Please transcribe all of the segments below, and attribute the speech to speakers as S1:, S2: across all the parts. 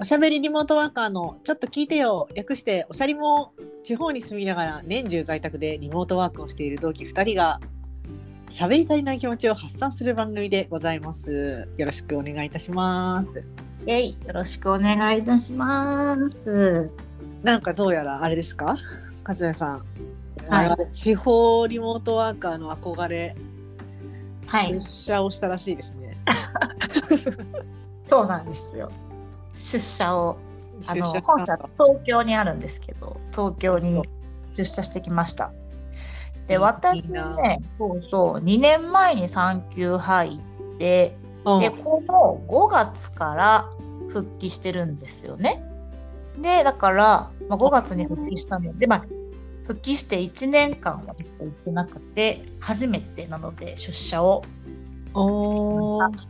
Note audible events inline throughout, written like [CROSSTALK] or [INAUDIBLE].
S1: おしゃべりリモートワーカーのちょっと聞いてよ略しておしゃりも地方に住みながら年中在宅でリモートワークをしている同期2人がしゃべり足りない気持ちを発散する番組でございますよろしくお願いいたします
S2: えい、よろしくお願いいたします。
S1: なんかどうやらあれですか勝也さん、
S2: はい
S1: 我々地方リモートワーカーの憧れ
S2: はい
S1: 出、社をしたらしいですね、
S2: そうなんですよ。出社を、あ
S1: 出
S2: の
S1: 社した
S2: 本社東京にあるんですけど、東京に出社してきました。
S1: い
S2: で、
S1: い
S2: 私
S1: な
S2: ね、そうそう、2年前に産休入って、
S1: うん
S2: で、この5月から復帰してるんですよね。で、だから、まあ、5月に復帰したので、まあ、復帰して1年間はずっと行ってなくて、初めてなので出社を
S1: おー
S2: と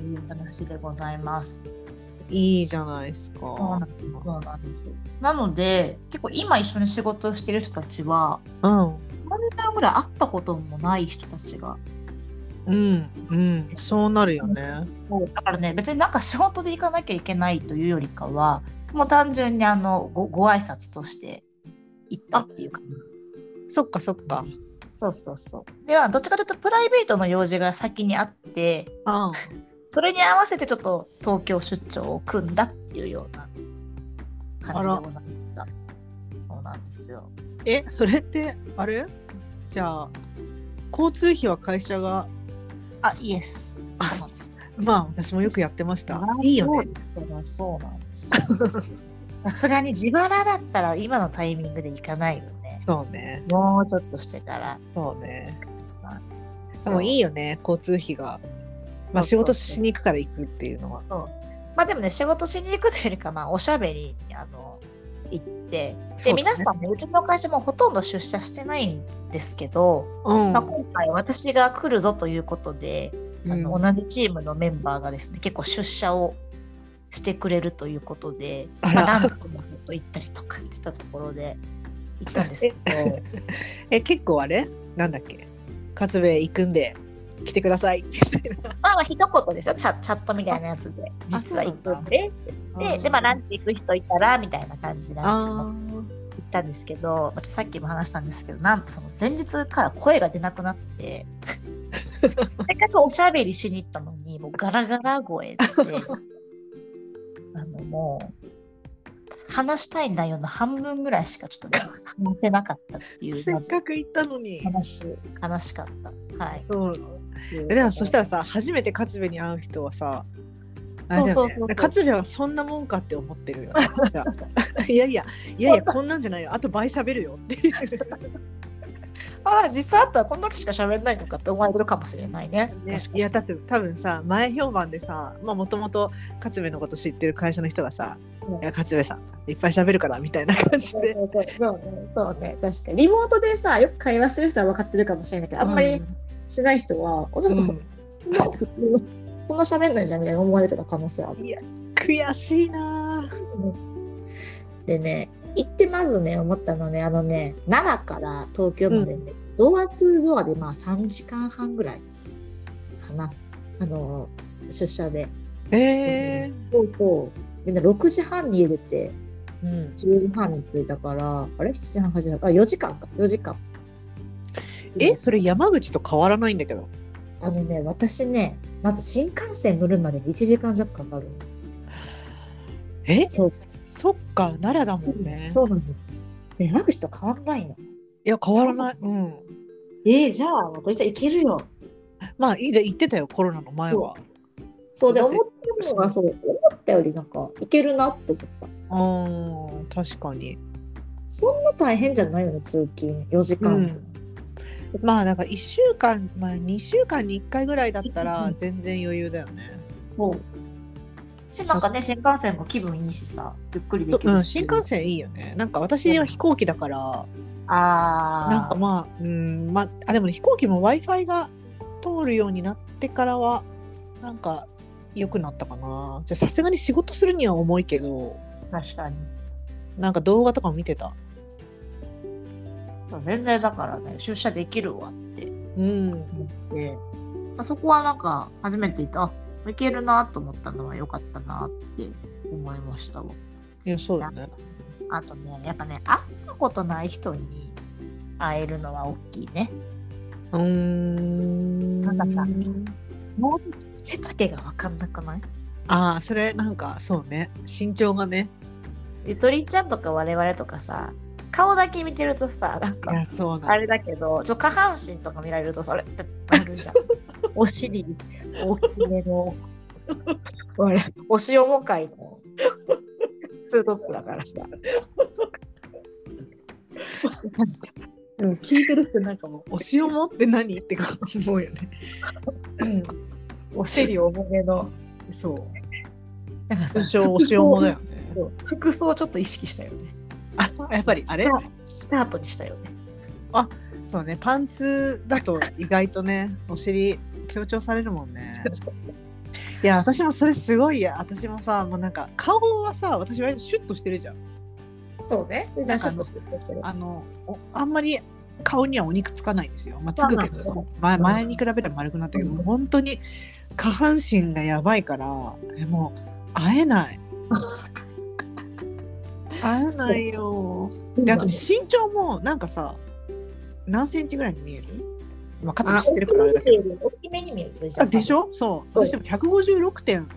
S2: いう話でございます。
S1: いいじゃないですか
S2: そうなんですよなので結構今一緒に仕事をしてる人たちは
S1: うん
S2: 3年ぐらい会ったこともない人たちが
S1: うんうんそうなるよね
S2: だからね別になんか仕事で行かなきゃいけないというよりかはもう単純にあのごご挨拶として行ったっていうか
S1: そっかそっか
S2: そうそうそう。ではどっちかというとプライベートの用事が先にあって
S1: あ
S2: それに合わせてちょっと東京出張を組んだっていうような感じでございました。そうなんですよ。
S1: えそれってあれじゃあ交通費は会社が
S2: あ、イエス。そうなんです。
S1: まあ私もよくやってましたいいよね。
S2: そうだそうなんです。さすがに自腹だったら今のタイミングで行かないよね。
S1: そうね
S2: もうちょっとしてから。
S1: そうねで
S2: そう
S1: もいいよね交通費がまあ仕事しに行くから行くっていうのは
S2: そうそうまあでもね、仕事しに行くというよりか、まあ、おしゃべりにあの行って、
S1: そう
S2: で、
S1: だね
S2: 皆さんね、うちの会社もほとんど出社してないんですけど、
S1: うん
S2: まあ、今回私が来るぞということで、あの
S1: うん
S2: 同じチームのメンバーがですね結構出社をしてくれるということで、
S1: あら
S2: まあ、ランチもちょっと行ったりとかってたところで行ったんですけど
S1: [LAUGHS] え結構あれなんだっけ勝部行くんで来てくださいみたいな
S2: まあまあ一言ですよチャチャットみたいなやつで実は行くんででで、まあ、ランチ行く人いたらみたいな感じでランチも行
S1: あ
S2: ったんですけどまあちょっとさっきも話したんですけどなんとその前日から声が出なくなってせっかくおしゃべりしに行ったのにもうガラガラ声であのもう話したい内容の半分ぐらいしかちょっとね、話せなかったってい
S1: ー
S2: う
S1: せ
S2: ま
S1: っ
S2: ず
S1: かく行ったのに
S2: 悲しい悲しかった。はい
S1: そう
S2: っていう
S1: えでもそしたら
S2: こ
S1: さ初めて勝部に会う人はさあれだよね
S2: そうそうそうそう
S1: 勝部はそんなもんかって思ってる
S2: [LAUGHS]
S1: よねじゃ
S2: とで
S1: あいやいやいやいやこんなんじゃないよあと倍喋るよっていう
S2: あ実際あったらこんだけしか喋んないのかって思われてるかもしれないね。
S1: ね
S2: もしか
S1: いや
S2: し
S1: だ
S2: た
S1: って多分さ前評判でさもともと勝部のこと知ってる会社の人がさ「
S2: うん
S1: いや勝部さんいっぱい喋るから」みたいな感じ
S2: そうね
S1: で。
S2: そうねそうね確かにリモートでさよく会話してる人は分かってるかもしれないけどあんまりしない人は、お
S1: う
S2: なんん
S1: う
S2: か
S1: ん
S2: こんな普通のこんな喋んないじゃんみたいな思われてた可能性ある。
S1: 悔しいなぁ
S2: でね行ってまずね思ったのねあのね奈良から東京までね、ドアトゥードアでまあ3時間半ぐらいかなあの出社で。
S1: えー
S2: そうそうでね6時半に家出て
S1: うん、
S2: 10時半に着いたからあれ7時半8時半あ4時間か4時間。
S1: えそれ山口と変わらないんだけど
S2: あのね、私ね、まず新幹線乗るまでに1時間弱かかるの。
S1: え
S2: そう
S1: そっか奈良だもんね
S2: そうなの。ね、山口と変わんない
S1: い
S2: の。
S1: や変わらないうん
S2: えーじゃあ、私じゃ行けるよ。
S1: まあいいで言ってたよコロナの前は。
S2: そうで、
S1: だ
S2: 思
S1: って
S2: ったのが、そう、思ったよりなんか、行けるなって思
S1: う
S2: った。
S1: ーん確かに。
S2: そんな大変じゃないよね、通勤、4時間。
S1: うんまあなんか1週間まあ2週間に1回ぐらいだったら
S2: うん
S1: 全然余裕だよね。
S2: そうし、なんかね、新幹線も気分いいしさ、ゆっくりでき
S1: う
S2: る
S1: ん
S2: し。
S1: 新幹線いいよね。なんか私は飛行機だから
S2: あー
S1: なんかまあうんまああでもね飛行機も w i f i が通るようになってからはなんか良くなったかな。じゃあさすがに仕事するには重いけど
S2: 確かに。
S1: なんか動画とかも見てた。
S2: そう、全然だからね、出社できるわって。
S1: うん
S2: 思ってあそこはなんか初めて行ったあいけるなと思ったのは良かったなって思いましたわ
S1: いやそうだね。
S2: あとねやっぱね会ったことない人に会えるのは大きいね
S1: うーん。
S2: なんだったもう背丈が分かんなくない
S1: ああ、それなんかそうね。身長がね。
S2: ゆとりちゃんとか我々とかさ顔だけ見てるとさなん
S1: い
S2: か
S1: や、そう
S2: あ
S1: なの。
S2: れだけどちょ下半身とか見られるとそれってなる [LAUGHS] じゃんお尻大きめの我々お塩もかいのツートップだからさ
S1: うん聞いてる人なんかもう、お塩もって何ってか思うよね。
S2: お尻重めの
S1: そう。
S2: なんか
S1: 通称お塩もだよ
S2: [LAUGHS]
S1: ね。
S2: そう服装をちょっと意識したよね
S1: あ、やっぱりあれ
S2: スタスタートにしたよね
S1: そうね。パンツだと意外とね、お尻強調されるもん
S2: [LAUGHS]
S1: ね。いや、私もそれすごいや。私もさ、もうなんか顔はさ、私割とシュッとしてるじゃん。
S2: そうね
S1: なんかあのあのおあんまり顔にはお肉つかないんですよ。まあ、つくけどさ
S2: まあま
S1: 前前に比べれば丸くなったけど、
S2: うん
S1: 本当に下半身がやばいからえもう会えない。会えないよ。であとね身長もなんかさ何センチぐらいに見えるまあ、かつも知ってるからあれだけど。
S2: 大きめに見える
S1: あでし
S2: ょ、
S1: ょそう。私でも156点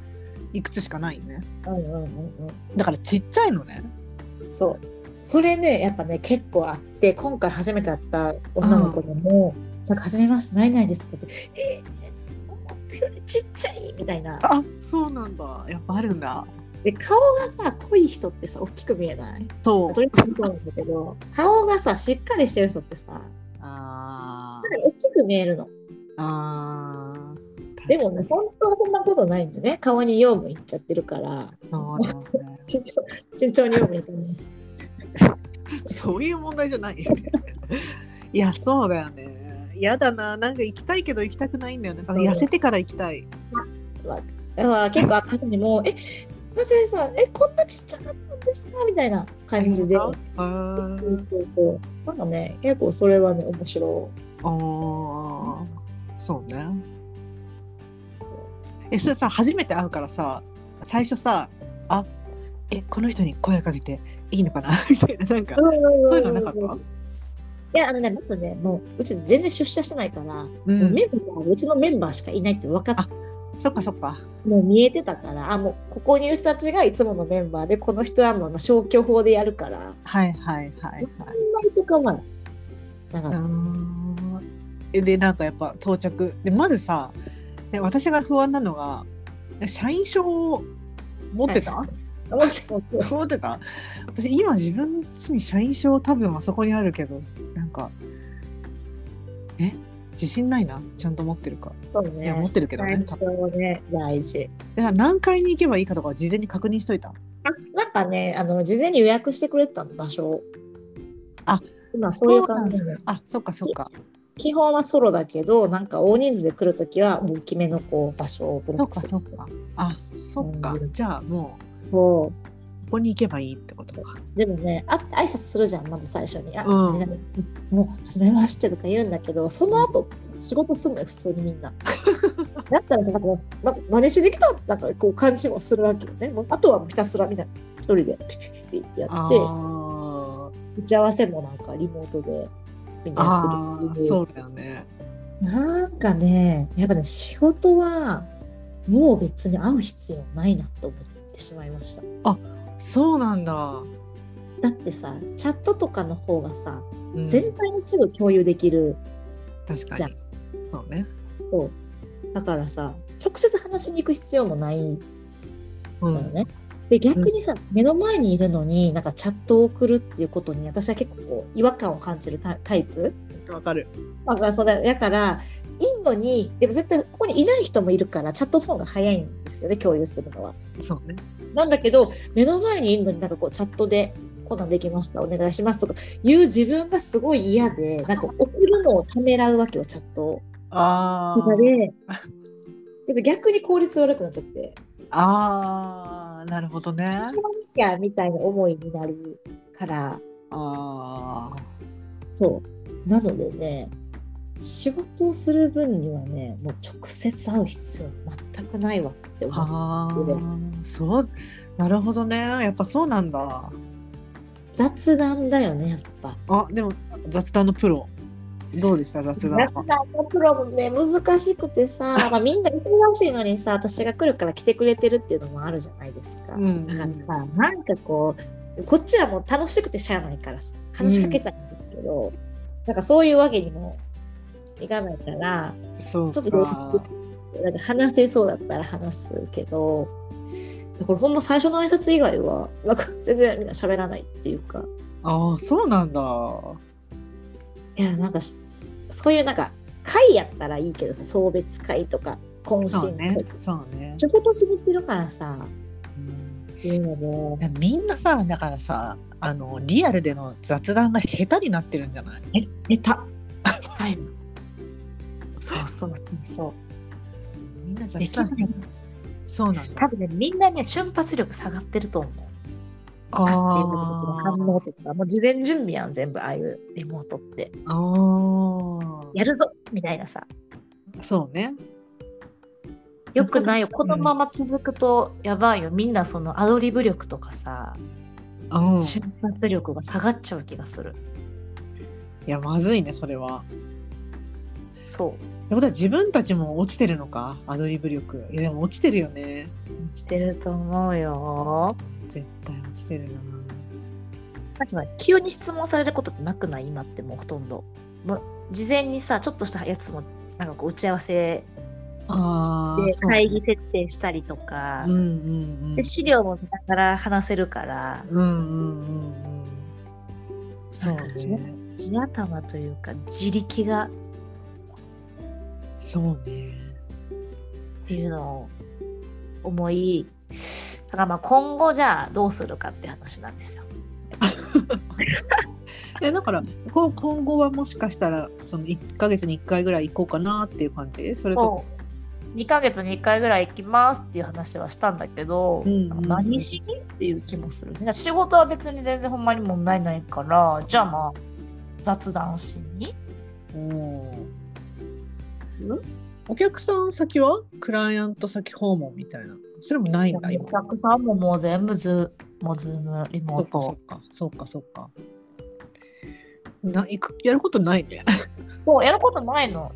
S1: いくつしかないね。
S2: うんうんうんう
S1: だからちっちゃいのね。
S2: ん、そうそれねやっぱね結構あって今回初めて会った女の子でも「なんか初めましてないないですか?」って「えー、思ったよりちっちゃい」みたいな
S1: あそうなんだ。やっぱあるんだ。
S2: で顔がさ濃い人ってさ大きく見えない
S1: そう。
S2: どれもそうなんだけど顔がさしっかりしてる人ってさやっ
S1: あ
S2: ぱり大きく見えるの
S1: あ。ああ。
S2: でもね、本当はそんなことないんでね、顔に養分いっちゃってるから、
S1: そうだね。
S2: 慎重 [LAUGHS] 慎重に養分いってます。
S1: そういう問題じゃないよね。 [LAUGHS] いや、そうだよね。嫌だな。なんか行きたいけど行きたくないんだよね。なんか痩せてから行きたい。
S2: だから結構あった人にも、え、マサイさん、え、こんなちっちゃかったんですかみたいな感じで。
S1: あ
S2: そうそうそうなんかね、結構それはね、面白い。
S1: あー。そうね。
S2: そう
S1: え、それさ、初めて会うからさ、最初さ、あえ、この人に声かけていいのかな [LAUGHS] みたいな、なんか、そう
S2: そう
S1: いうのなかった
S2: いや、あのね、まずね、もう、うち全然出社してないから、も
S1: う。
S2: うんメンバー、うちのメンバーしかいないって分かっ
S1: あそっかそっか。
S2: もう見えてたから、あ、もう、ここにいる人たちがいつものメンバーで、この人はもうあの消去法でやるから。
S1: はいはいはいはい。
S2: ないとかはなか
S1: うー
S2: った。
S1: んえでなんかやっぱ到着でまずさで私が不安なのが社員証を持ってた、
S2: はい思ってた思って
S1: 持ってた私今自分家に社員証多分あそこにあるけどなんかえ自信ないなちゃんと持ってるか、
S2: たそう
S1: いや持っ
S2: ね。
S1: てるけどね
S2: 最初はね、大事。
S1: で何階に行けばいいかとかは事前に確認しといた
S2: あなんかね、あの事前に予約してくれてたの場所を
S1: あ
S2: 今そういう感じで。
S1: あそっかそっか
S2: 基本はソロだけど、なんか大人数で来るときは大きめのこう場所をブロ
S1: そ
S2: ッ
S1: っ
S2: ク
S1: か
S2: す
S1: そ
S2: る
S1: っかあそっかじゃあもう
S2: そ
S1: ここに行けばいいってことか
S2: うでもね、あ挨拶するじゃん、まず最初に。あ、
S1: うん
S2: みんなもう、初めましてとか言うんだけど、その後、仕事すんのよ、普通にみ
S1: [LAUGHS]
S2: んな。だったら、なんかもう、な真似しできたなんかこう感じもするわけよね。もうあとはもうひたすらみんな、一人でや
S1: あ
S2: って、
S1: ー
S2: 打ち合わせもなんかリモートでみんなや
S1: あ
S2: ってるって
S1: ー
S2: いう
S1: そうだよね
S2: なんかね、やっぱね、仕事はもう別に会う必要ないなと思ってしまいました。
S1: そうなんだ。
S2: だってさ、チャットとかの方がさ、
S1: うん
S2: 全体にすぐ共有できる。
S1: 確か
S2: じゃん
S1: に。そうね。
S2: そう。だからさ、直接話しに行く必要もないん
S1: う
S2: だよ
S1: ん。
S2: ね。で、逆にさ、目の前にいるのに、なんかチャットを送るっていうことに、私は結構こう違和感を感じるタイタイプ。
S1: わかる。
S2: まあ、そうだだからインドにでも絶対そこにいない人もいるからチャットフォンが早いんですよね共有するのは。
S1: そうね。
S2: なんだけど目の前にインドになんかこうチャットで「こんなんできましたお願いします」とか言う自分がすごい嫌でなんか送るのをためらうわけよチャットを。
S1: あ
S2: だからねちょっと逆に効率悪くなっちゃって
S1: あ。ああ。なるほどね。
S2: 「知らなきゃ」みたいな思いになるから
S1: ああ。
S2: そうなのでね仕事をする分にはねもう直接会う必要は全くないわって思う。
S1: ああ。そう。なるほどね。やっぱそうなんだ。
S3: 雑談だよね、やっぱ。
S1: あ、でも雑談のプロ。どうでした雑談
S3: 雑
S1: は
S3: 談。のプロもね、難しくてさ、まあ、みんな忙しいのにさ、私が来るから来てくれてるっていうのもあるじゃないですか。
S1: うん
S3: だからさ、なんかこう、こっちはもう楽しくてしゃあないからさ、話しかけたいんですけど、なんかそういうわけにもいかないから、
S1: そう
S3: ちょっと
S1: か。
S3: なんか話せそうだったら話すけど、だからほんま最初の挨拶以外は、なんか全然みんな喋らないっていうか、
S1: ああ、そうなんだ。
S3: いや、なんかし、そういうなんか、会やったらいいけどさ、送別会とか、懇
S1: そう
S3: 親
S1: ね
S3: 会。
S1: そうね。
S3: ちょこっと絞ってるからさ、
S1: うん
S3: いうのも、
S1: みんなさ、だからさ、あのリアルでの雑談が下手になってるんじゃない？
S3: え、出た。たいな。そうそうそうそう。
S1: みんな雑
S2: できな
S1: 談。
S2: い
S1: そうなんだ。
S2: 多分ねみんなね瞬発力下がってると思う
S3: っ
S1: あ
S3: ていうことの反応とか、もう事前準備やん、全部、ああいうリモートって。
S1: あー。
S3: やるぞみたいなさ。
S1: そうね。
S2: よくないよ。こ
S1: ん
S2: のまま続くとやばいよ。みんなそのアドリブ力とかさ、
S1: うん。い
S2: 瞬発力が下がっちゃう気がする。
S1: やまずいねそれは。
S2: そ
S1: ってことは自分たちも落ちてるのかアドリブ力。いやでも落ちてるよね。
S2: う。してると思うよ。
S1: 絶対落ちてるな。
S2: なんか急に質問されることってなくない今ってもうほとんど。もう事前にさ、ちょっとしたやつも、なんかこう打ち合わせ
S1: あ
S2: で
S1: あ。
S2: 会議設定したりとか
S1: うん、うんうん
S2: で。資料も見ながら話せるから、
S1: うんうんうんうん。そう
S2: なんか違
S1: ね。
S2: 地頭というか自力が
S1: そうね。
S2: っていうのを思いだからまあ今後じゃあどうするかって話なんですよ。
S1: えだからこう今後はもしかしたらその1か月に1回ぐらい行こうかなっていう感じそれと
S2: 2ヶ月に1回ぐらい行きますっていう話はしたんだけど、
S1: うんうんうん
S2: 何しにっていう気もするね。仕事は別に全然ほんまに問題ないからじゃあまあ雑談しに
S1: うんお客さん先はクライアント先訪問みたいなそれもないんだ今
S2: お客さんももう全部ズもうズームリ
S1: そ
S2: モ
S1: っ
S2: ート
S1: かそっかそっかそっかな行くやることないね
S2: そうやることないの。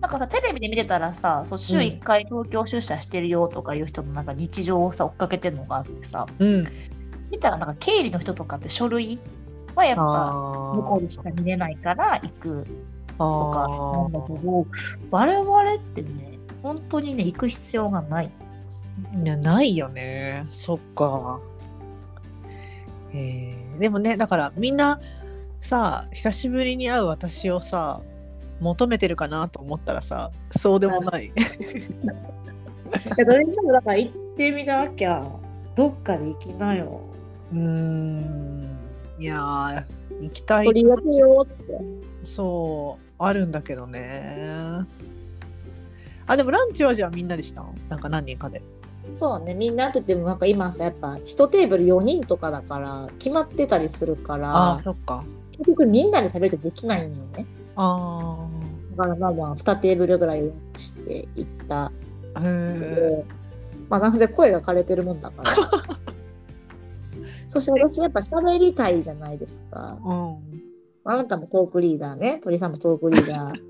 S2: なんかさテレビで見てたらさそう週
S1: うん
S2: 1回東京出社してるよとかいう人のなんか日常をさ追っかけてるのがあってさ
S1: [LAUGHS] うん
S2: 見たらなんか経理の人とかって書類はやっぱ
S1: あ
S2: 向こうでしか見れないから行くとかなんだ
S1: あ
S2: けど我々ってね本当にね行く必要がない。
S1: ーいやないよねそっかえーでもねだからみんなさ久しぶりに会う私をさ求めてるかなと思ったらさそうでもない
S3: いや、どれにしてもだから行ってみなきゃ、どっかで行きなよ。
S1: うーんいやー行きたい
S3: 取り分けようっつって。
S1: そうあるんだけどねあでもランチはじゃあみんなでしたのなんか何人かで
S3: そうね、みんなと言ってもなんか今さ、やっぱ一テーブル4人とかだから、決まってたりするか
S1: ああ
S3: ら、
S1: そっか
S3: 結局みんなで食べるとできないのよね。
S1: あ
S3: だからまあまあ、2テーブルぐらい予約して行った
S1: あへ
S3: け
S1: え
S3: ど、まあなんせ声が枯れてるもんだ
S2: [LAUGHS]
S3: から。そして私やっぱ喋りたいじゃないですか。
S1: うん
S3: あなたもトークリーダーね、鳥さんもトークリーダー。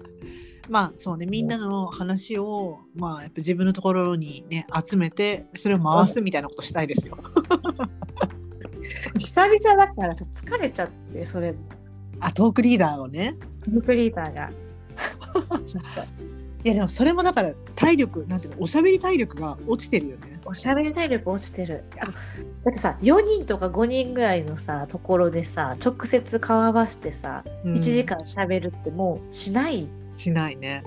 S1: まあそうねみんなの話をまあやっぱ自分のところにね集めてそれを回すみたいなことしたいですよ
S2: [LAUGHS] 久々だからちょっと疲れちゃってそれ
S1: あトークリーダーをね
S2: トムクリーダーが。ちょっと
S1: いやでもそれもだから体力なんていうのおしゃべり体力が落ちてるよね
S2: おしゃべり体力落ちてる。あだってさ4人とか5人ぐらいのさところでさ直接顔合わせてさ
S1: うん
S2: 1時間しゃべるってもうしない
S1: しないね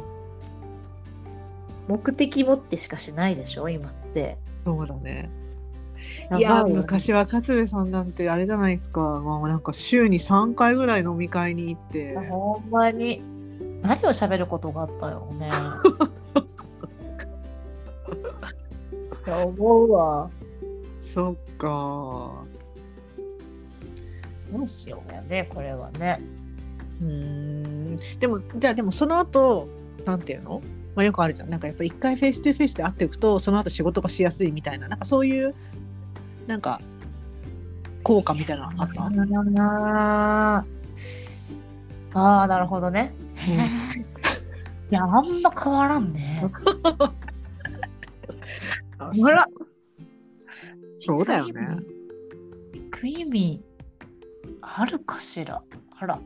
S2: 目的持ってしかしないでしょ今って。
S1: そうだね
S2: やば
S1: いや
S2: よね
S1: 昔は勝部さんなんてあれじゃないですかもうなんか週に3回ぐらい飲み会に行って
S2: ほんまに何をしゃべることがあったよ
S1: [LAUGHS]
S2: ね。
S3: いや思うわ。
S1: そっか
S2: どうしようやねこれはね。
S1: うーんでもじゃあでもその後なんていうの、まあ、よくあるじゃんなんかやっぱ一回フェイス2フェイスで会っていくとその後仕事がしやすいみたいななんかそういうなんか効果みたいなのあった、
S2: あーあー、なるほどね。いや、あんま変わらんね。
S1: あ
S2: ほら
S1: そうだよね。
S2: 行く意味あるかしらあら。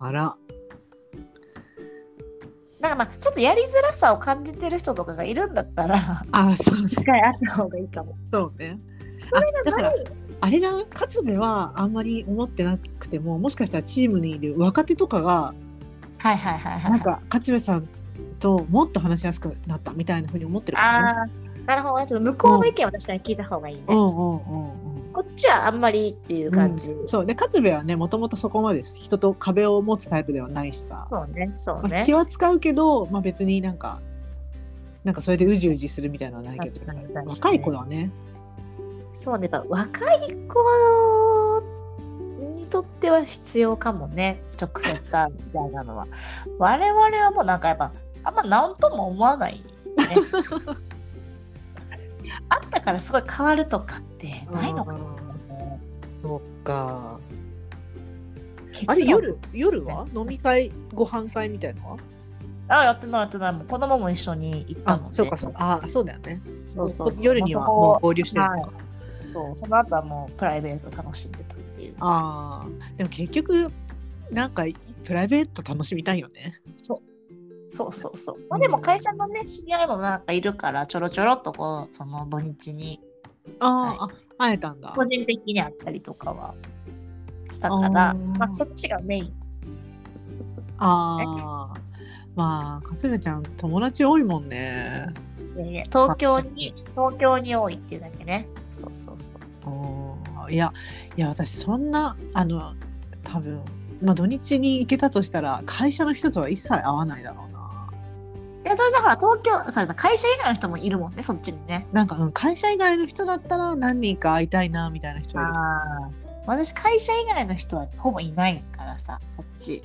S1: あら
S2: なんかまあ、ちょっとやりづらさを感じてる人とかがいるんだったら、
S1: あそう
S2: 機会あった方がいいかも。
S1: そうね
S2: それ
S1: あだ
S2: が
S1: か
S2: な
S1: ら
S2: い。
S1: あれじゃん勝部はあんまり思ってなくてももしかしたらチームにいる若手とかが
S2: はいはいはいはい。
S1: なんか勝部さんともっと話しやすくなったみたいなふうに思ってるからね
S2: ああ、
S3: なるほどね。ちょっと向こうの意見は確かに聞いた方がいいね。
S1: うんうんうんうん
S3: こっちはあんまりっていう感じ。
S1: そうで勝部はねもともとそこまで人と壁を持つタイプではないしさ、
S2: そうね、そう
S1: まあ、
S2: ね
S1: 気。は使うけど、まあ、別になんかなんかそれでうじうじするみたいなのはないけ
S2: 確かに確
S1: ど
S2: かに
S1: 若い子だね
S3: そうね。やっぱ若い子
S2: にとっては必要かもね、直接さ、みたいなのは。 [LAUGHS] 我々はもうなんかやっぱ、あんま何とも思わない、ね。
S1: [LAUGHS]
S2: あったからすごい変わるとかってないのかな。
S1: そっか
S2: 結論
S1: あれ夜夜は飲み会ご飯会みたいなのは
S2: あやってないやってないもう子供も一緒に行った
S1: あ
S2: ので
S1: そうかそうかあそうだよね
S2: そうそうそう
S1: 夜には
S2: もう
S1: も
S2: そう
S1: 合流してるのか、
S2: こそうその後はもうプライベート楽しんでたっていう
S1: あーでも結局なんかプライベート楽しみたいよね
S2: そうそうそうそう、まあ、でも会社のね知り合いもなんかいるからちょろちょろっとこうその土日に
S1: あー、あ会えたんだ
S2: 個人的に会ったりとかはしたから
S1: あー
S2: まあそっちがメイン
S1: あーまあ勝部ちゃん友達多いもんね
S2: でね東京に東京に多いっていうだけねそうそうそう
S1: おーいやいや私そんなあの多分、まあ、土日に行けたとしたら会社の人とは一切会わないだろうな
S2: でそれだから東京そうだ会社以外の人もいるもんねそっちにね
S1: なんか、うん、会社以外の人だったら何人か会いたいなみたいな人いる
S2: ああ私会社以外の人はほぼいないからさそっち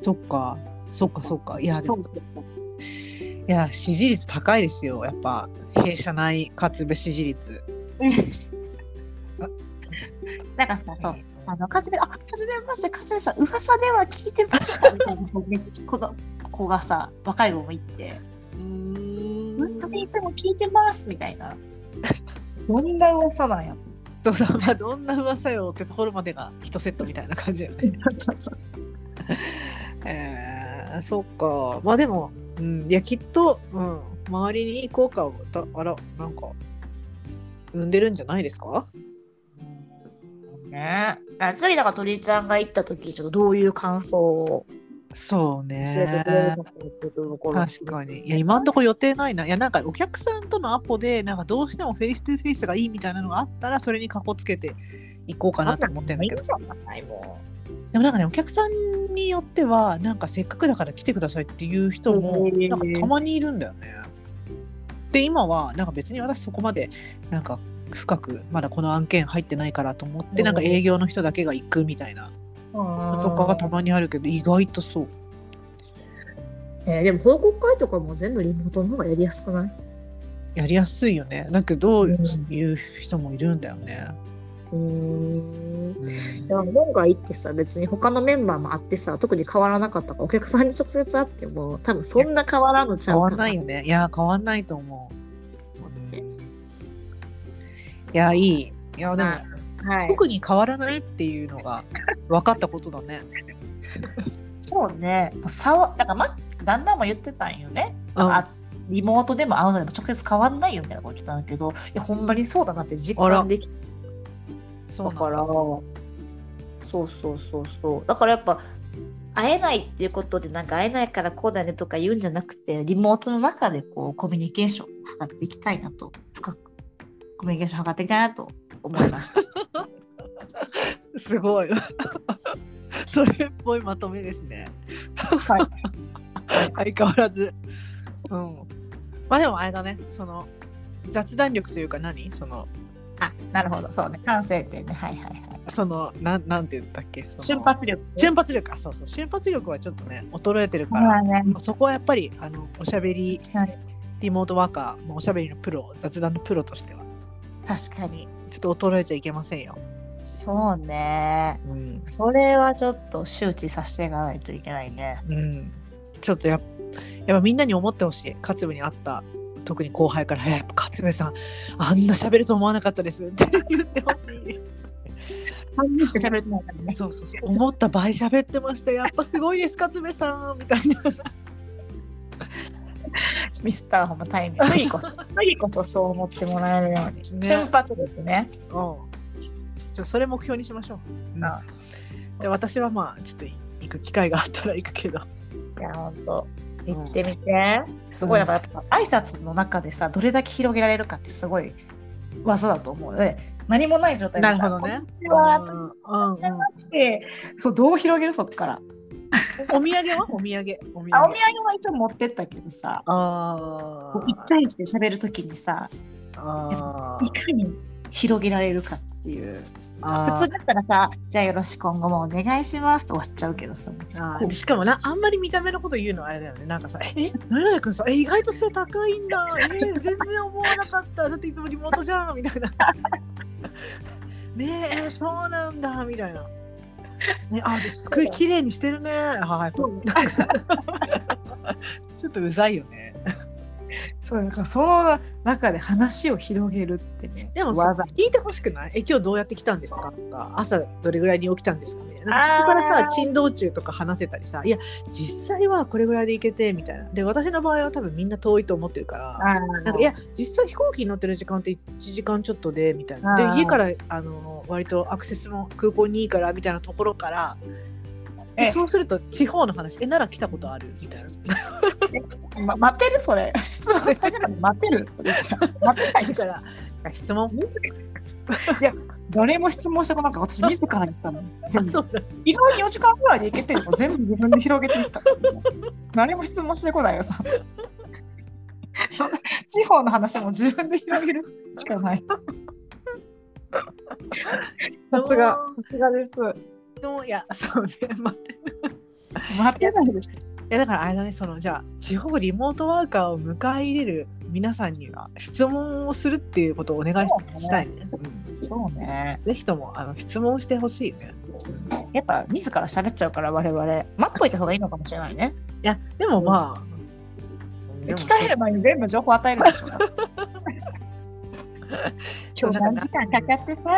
S1: そっかそっかそっかいやで
S2: そ
S1: も
S2: う
S1: いや支持率高いですよやっぱ弊社内勝部支持率 [LAUGHS]
S2: なんかさそうあのかつめあかつめましてかつめさん噂では聞いてましたみたいなこうめっちゃこの子がさ若い子も言って
S1: うん
S2: 噂でいつも聞いてますみたいな問題をさなんや
S1: そうだ、まあ、どんな噂よってところまでが一セットみたいな感じよね
S2: そうそうそう
S1: えー、そっかまあでも、うん、いやきっと、うん、周りにいい効果をたあらなんか生んでるんじゃないですか
S2: ねえ次だから鳥ちゃんが行った時ちょっとどういう感想を
S1: そうね
S2: 教えてくれるのかっていうところ
S1: 確かにいや今んとこ予定ないないやなんかお客さんとのアポでなんかどうしてもフェイストゥフェイスがいいみたいなのがあったらそれにかこつけていこうかなと思ってんだけど
S2: そんなのいいんじゃないも
S1: でもなんかねお客さんによってはなんかせっかくだから来てくださいっていう人も
S2: へー
S1: なんかたまにいるんだよね。で今はなんか別に私そこまでなんか深くまだこの案件入ってないからと思って
S2: うん
S1: なんか営業の人だけが行くみたいな
S2: ううん
S1: とかがたまにあるけど意外とそう。
S3: えーでも報告会とかも全部リモートの方がやりやすくない
S1: やりやすいよね。だけど
S3: うん
S1: いう人もいるんだよね。
S3: うーん。でも今回行ってさ、別に他のメンバーも会ってさ、特に変わらなかったから、お客さんに直接会っても、多分そんな変わらんのちゃ
S1: 変
S3: う
S1: わ
S3: か
S1: んないよね。いや変わんないと思う。うんいやいい。いやでも
S2: はいはい
S1: 特に変わらないっていうのが分かったことだね。
S2: そうね差はだから、ま、旦那も言ってたんよね、
S1: うん
S2: あリモートでも会うのでも直接変わんないよみたいなこと言ってたんだけどいやほんまにそうだなって実
S1: あら
S2: 感でき
S1: そ
S2: た
S1: うな
S2: か
S1: んだ
S2: らそうそうそうそうだからやっぱ会えないっていうことでなんか会えないからこうだねとか言うんじゃなくてリモートの中でこうコミュニケーションを図っていきたいなと深くコミュニケーションを図っていきたいなと思いました
S1: [LAUGHS] すごい。 [LAUGHS] それっぽいまとめですね。
S2: はい
S1: 相変わらず。うん。まあでもあれだね。その雑談力というか何その
S2: あなるほどそうね反省点ねはいはいはい
S1: そのなんなんて言ったっけ。そ
S2: 瞬
S1: の
S2: 発力
S1: 瞬発力あそうそう瞬発力はちょっとね衰えてるか
S2: 力
S1: ら。
S2: はね
S1: まあそこはやっぱりあのおしゃべり
S2: 確かに
S1: リモートワーカー、まあ、おしゃべりのプロ雑談のプロとしては
S2: 確かに
S1: ちょっと衰えちゃいけませんよ。
S2: そうね。
S1: うん。
S2: それはちょっと周知させていかないといけないね。
S1: [LAUGHS] うん。ちょっとやっやっぱみんなに思ってほしい。勝部に会った、特に後輩から、やっぱ勝部さん、あんな喋ると思わなかったですって言ってほしい。
S2: 半分しか喋ってないからね。
S1: そうそうそう。思った倍喋ってました。やっぱすごいです、勝部さんみたいな。
S2: ミスターホもタ
S1: [LAUGHS]
S2: イミング。次こそ、次こそそう思ってもらえるように。
S1: ね
S2: 瞬発力ね。
S1: うん。ちょそれ目標にしましょう。
S2: あ
S1: で私はまあちょっとい行く機会があったら行くけど。
S2: いや、ほんと。行ってみて。すごい、
S1: う
S2: だ
S1: ん
S2: からやっぱさ、挨拶の中でさ、どれだけ広げられるかってすごい技だと思うので、何もない状態でさ、
S1: なるほどね
S2: こんにちは、
S1: う
S2: と
S1: ん
S2: か、
S1: うんうん
S2: まして、そう、どう広げるそっから。
S1: おお土産はお土産。お土
S2: あお土
S1: 産。
S2: 産は一応持ってったけどさ、
S1: あ
S2: こう一対一で喋るときにさ、
S1: あ
S2: いかに広げられるかっていう。
S1: あ
S2: 普通だったらさ、じゃあよろしく今後もお願いしますと終わっちゃうけどさ、
S1: あ
S2: こ
S1: ー
S2: う
S1: しかもなあんまり見た目のこと言うのはあれだよねなんかさ「え何々君さえ意外と背高いんだえー全然思わなかっただっていつもリモートじゃん」みたいな「ねえそうなんだ」みたいな「ね、あで机綺麗にしてるね」はいちょっとうざいよね
S2: そう、だからその中で話を広げるってね。
S1: でもさ
S2: 技。
S1: 聞いてほしくないえ今日どうやって来たんですかとか朝どれぐらいに起きたんですかみたいななんかそこからさ
S2: あー
S1: 珍道中とか話せたりさいや実際はこれぐらいで行けてみたいなで私の場合は多分みんな遠いと思ってるから
S2: な
S1: なんかいや実際飛行機に乗ってる時間って1時間ちょっとでみたいな
S2: あー
S1: で家からあの割とアクセスも空港にいいからみたいなところからで
S2: ええ
S1: そうすると地方の話えなら来たことあるみたいな
S2: ま、待てるそれ。 [LAUGHS] 質問されたから待て
S1: [LAUGHS]
S2: る。待てない
S1: だ
S2: か。
S1: からら質問
S2: 誰も質問してこなかった。私自ら言ったの。全
S1: [LAUGHS]
S2: 部。
S1: そうだ
S2: 意外に4時間ぐらいでいけてるの全部自分で広げていったからね。何も質問してこないよ、さ。そんな地方の話も自分で広げるしか
S1: [LAUGHS]
S2: ない。さすが、さすがです。
S1: でもいやそうね待って
S2: 待てないでしょ。
S1: いやだからあれだねそのじゃあ地方リモートワーカーを迎え入れる皆さんには質問をするっていうことをお願い
S2: そうだね
S1: したいね。うん
S2: そうね。
S1: ぜひともあの質問してほしいね。
S2: やっぱ自ら喋っちゃうから我々待っといた方がいいのかもしれないね。
S1: いやでもまあでも
S2: 機械る前に全部情報与えるでしょ。
S1: [LAUGHS] そう
S2: 今日何時間かかってさ。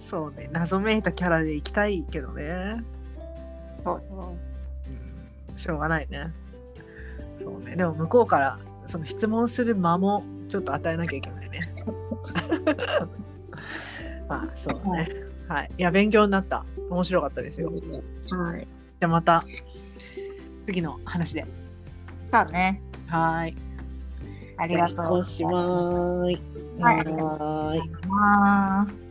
S1: そうね謎めいたキャラでいきたいけどね、
S2: そう
S1: うん、しょうがないね。そうねでも向こうからその質問する間もちょっと与えなきゃいけない [LAUGHS] ね。まあそうね。はい、いや勉強になった面白かったですよ。
S3: はい。
S1: じゃあまた次の話で。
S2: そうね。
S1: はい。
S2: あ
S1: あ
S2: りがとう
S1: おしまーい。
S2: はい
S1: はーい。
S2: ます。